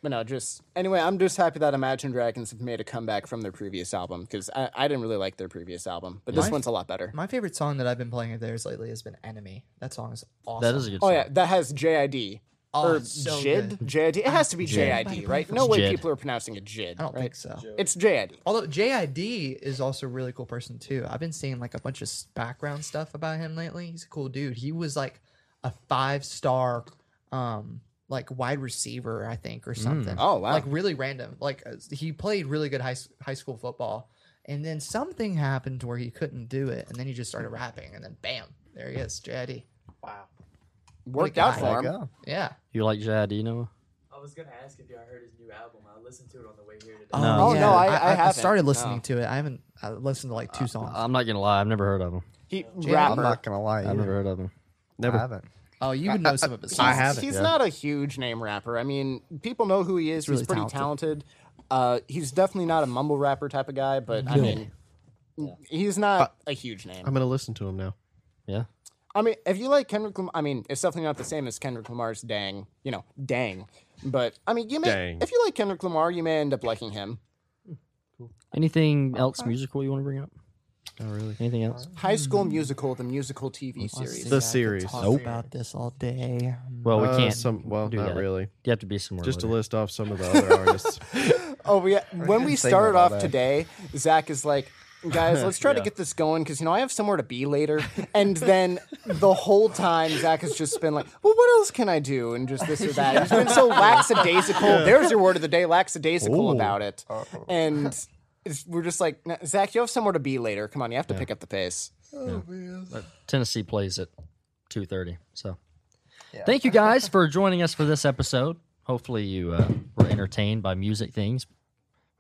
S3: But no, just anyway, I'm just happy that Imagine Dragons have made a comeback from their previous album because I, I didn't really like their previous album, but this
S2: Mine-
S3: one's a lot better.
S2: My favorite song that I've been playing of theirs lately has been Enemy. That song is awesome.
S1: that is a good.
S3: Oh
S1: song.
S3: yeah, that has JID.
S2: Oh,
S3: or
S2: it's so
S3: JID?
S2: good.
S3: JID? It has to be
S1: Jid.
S3: JID, right? No way
S1: Jid.
S3: people are pronouncing it JID.
S2: I don't think so.
S3: It's JID.
S2: Although JID is also a really cool person too. I've been seeing like a bunch of s- background stuff about him lately. He's a cool dude. He was like a five star, um, like wide receiver, I think, or
S1: Mm.
S2: something.
S3: Oh, wow.
S2: Like really random. Like uh, he played really good high s- high school football, and then something happened where he couldn't do it, and then he just started rapping, and then bam, there he is, JID.
S3: Worked
S2: guy.
S3: out for him.
S5: Go.
S2: Yeah.
S1: You like Jad? Do you know?
S7: I was gonna ask if y'all heard his new album. I listened to it on the way here today.
S3: Oh, no, I- I haven't.
S2: started listening
S3: No.
S2: to it. I haven't I listened to like two songs.
S1: I'm not gonna lie, I've never heard of him.
S3: He
S5: I'm
S3: rapper.
S5: not gonna lie.
S1: I've never
S5: either.
S1: heard of him.
S5: I haven't.
S2: oh, you would know some of his songs.
S3: He's, he's not a huge name rapper. I mean, people know who he is. He's,
S2: really
S3: pretty talented. Uh, he's definitely not a mumble rapper type of guy, but I mean, he's
S4: Uh,
S3: not a huge name.
S4: I'm gonna listen to him now.
S1: Yeah.
S3: I mean, if you like Kendrick, Lam- I mean, it's definitely not the same as Kendrick Lamar's "Dang," you know, "Dang." But I mean, you may
S4: Dang.
S3: if you like Kendrick Lamar, you may end up liking him.
S1: Anything else musical you want to bring up? Oh really? Anything else?
S3: High School Musical, the musical TV series.
S4: The series.
S2: Talk
S4: Nope.
S2: about this all day.
S1: Well, Oh, we
S4: Uh,
S1: can't.
S4: Some, well,
S1: do
S4: not
S1: that.
S4: really.
S1: You have to be somewhere.
S4: Just to
S1: later.
S4: list off some of the other artists.
S3: Oh yeah, when we
S5: save
S3: started
S5: that all
S3: off
S5: day.
S3: today, Zach is like, "Guys, let's try to get this going because you know I have somewhere to be later." And then the whole time, Zach has just been like, "Well, what else can I do?" And just this or that. He's been so lackadaisical. There's your word of the day: lackadaisical about it. And it's, we're just like, "Nah, Zach, you have somewhere to be later. Come on, you have to pick up the pace.
S1: Tennessee plays at 2:30. So, thank you guys for joining us for this episode. Hopefully, you uh, were entertained by music things.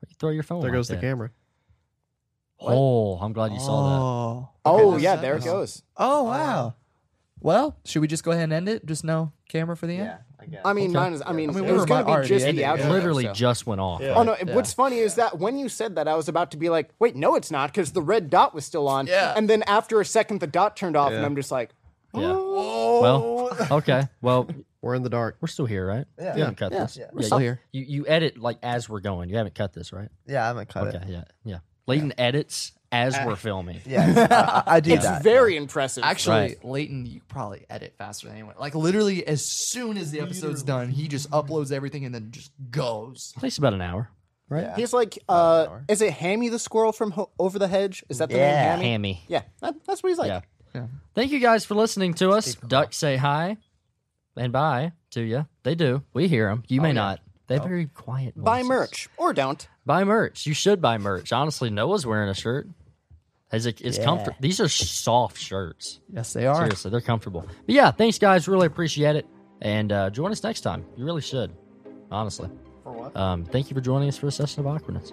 S1: Why'd you Throw your phone.
S4: There
S1: like
S4: goes the
S1: that?
S4: camera.
S1: Oh, I'm glad you saw
S2: Oh.
S3: Oh
S2: Okay.
S3: yeah, there it goes.
S5: Oh wow.
S2: Well, should we just go ahead and end it? Just no camera for the end.
S5: I guess.
S3: I mean, mine is. I mean,
S2: mean, we
S3: it was
S2: were about
S3: going to be
S2: already
S3: just the
S2: ending it.
S1: that.
S3: outro.
S1: Literally
S2: so-
S1: just went off.
S3: Oh no! it-
S2: Yeah.
S3: What's funny is that when you said that, I was about to be like, "Wait, no, it's not," because the red dot was still on.
S2: Yeah.
S3: And then after a second, the dot turned off, and I'm just like,
S1: Yeah.
S5: Whoa.
S1: Well, okay. Well,
S4: We're in the dark.
S1: we're still here, right?
S5: Yeah.
S1: You haven't cut
S3: Yeah.
S1: this.
S5: Yeah.
S2: We're still here.
S1: You you edit like as we're going. You haven't cut this, right?
S5: yeah, I haven't cut
S1: Okay.
S5: it.
S1: Yeah. Yeah. Leighton edits as we're filming.
S5: Yeah, I, I do
S3: "It's
S5: that.
S3: very impressive."
S2: Actually,
S1: Right.
S2: Leighton, you probably edit faster than anyone. Like literally, as soon as the episode's done, he just uploads everything and then just goes.
S1: It takes about an hour.
S5: right?
S3: he's like, uh, "Is it Hammy the squirrel from Ho- Over the Hedge? Is that the name,
S5: Yeah.
S3: Hammy?"
S1: Hammy.
S3: Yeah, that, that's what he's like.
S1: Yeah. Thank you guys for listening to us. Ducks say hi and bye to you. They do. We hear them. You may not. They're very quiet.
S3: Oh, Buy
S1: voices.
S3: merch or don't.
S1: Buy merch. You should buy merch. Honestly, Noah's wearing a shirt. As it is comfort. These are soft shirts.
S2: Yes, they are.
S1: Seriously, they're comfortable. But yeah, thanks guys. Really appreciate it. And uh, join us next time. You really should. Honestly. For what? Um, thank you for joining us for a session of awkwardness.